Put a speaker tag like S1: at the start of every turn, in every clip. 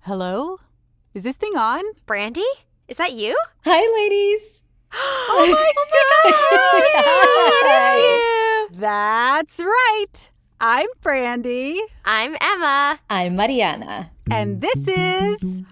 S1: Hello? Is this thing on?
S2: Brandy? Is that you?
S3: Hi, ladies.
S2: oh my, oh
S1: That's right. I'm Brandy,
S2: I'm Emma.
S3: I'm Mariana.
S1: and this is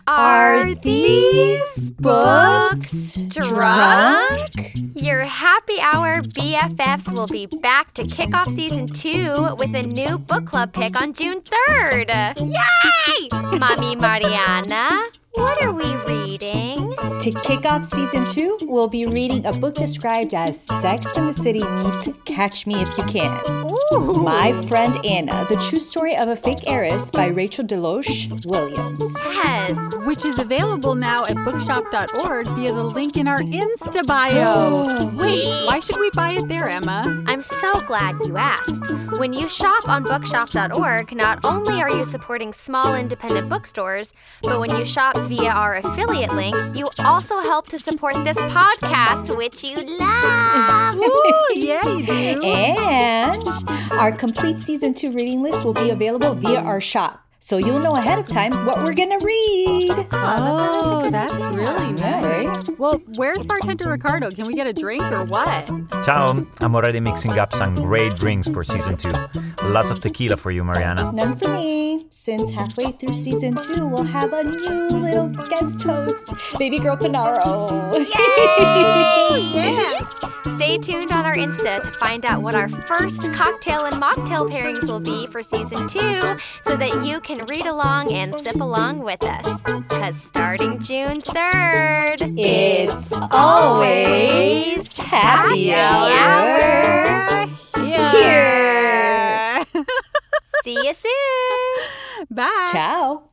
S3: these
S2: books
S3: drunk?
S2: Your happy hour BFFs will be back to kick off season two with a new book club pick on June 3rd. Yay! Mommy Mariana, what are we reading?
S3: To kick off season two, we'll be reading a book described as Sex and the City meets Catch Me If You Can.
S1: Ooh,
S3: My Friend Anna, the true story of a fake heiress by Rachel Deloche Williams.
S2: Yes.
S1: which is available now at bookshop.org via the link in our Insta bio. Wait, why should we buy it there, Emma?
S2: I'm so glad you asked. When you shop on bookshop.org, not only are you supporting small independent bookstores, but when you shop via our affiliate link, you also help to support this podcast, which you love.
S1: Ooh, yeah, you do.
S3: And our complete season two reading list will be available via our shop, so you'll know ahead of time what we're gonna read.
S1: Oh, that's really
S3: Yeah,
S1: nice.
S3: right?
S1: Well, where's bartender Ricardo? Can we get a drink or what?
S4: Ciao, I'm already mixing up some great drinks for season two. Lots of tequila for you, Mariana.
S3: None for me. Since halfway through season two, we'll have a new little guest host, baby girl Panaro.
S2: Stay tuned on our Insta to find out what our first cocktail and mocktail pairings will be for season two so that you can read along and sip along with us. Because starting June 3rd,
S3: It's always happy hour.
S1: Yeah.
S2: See you soon.
S1: Bye.
S3: Ciao.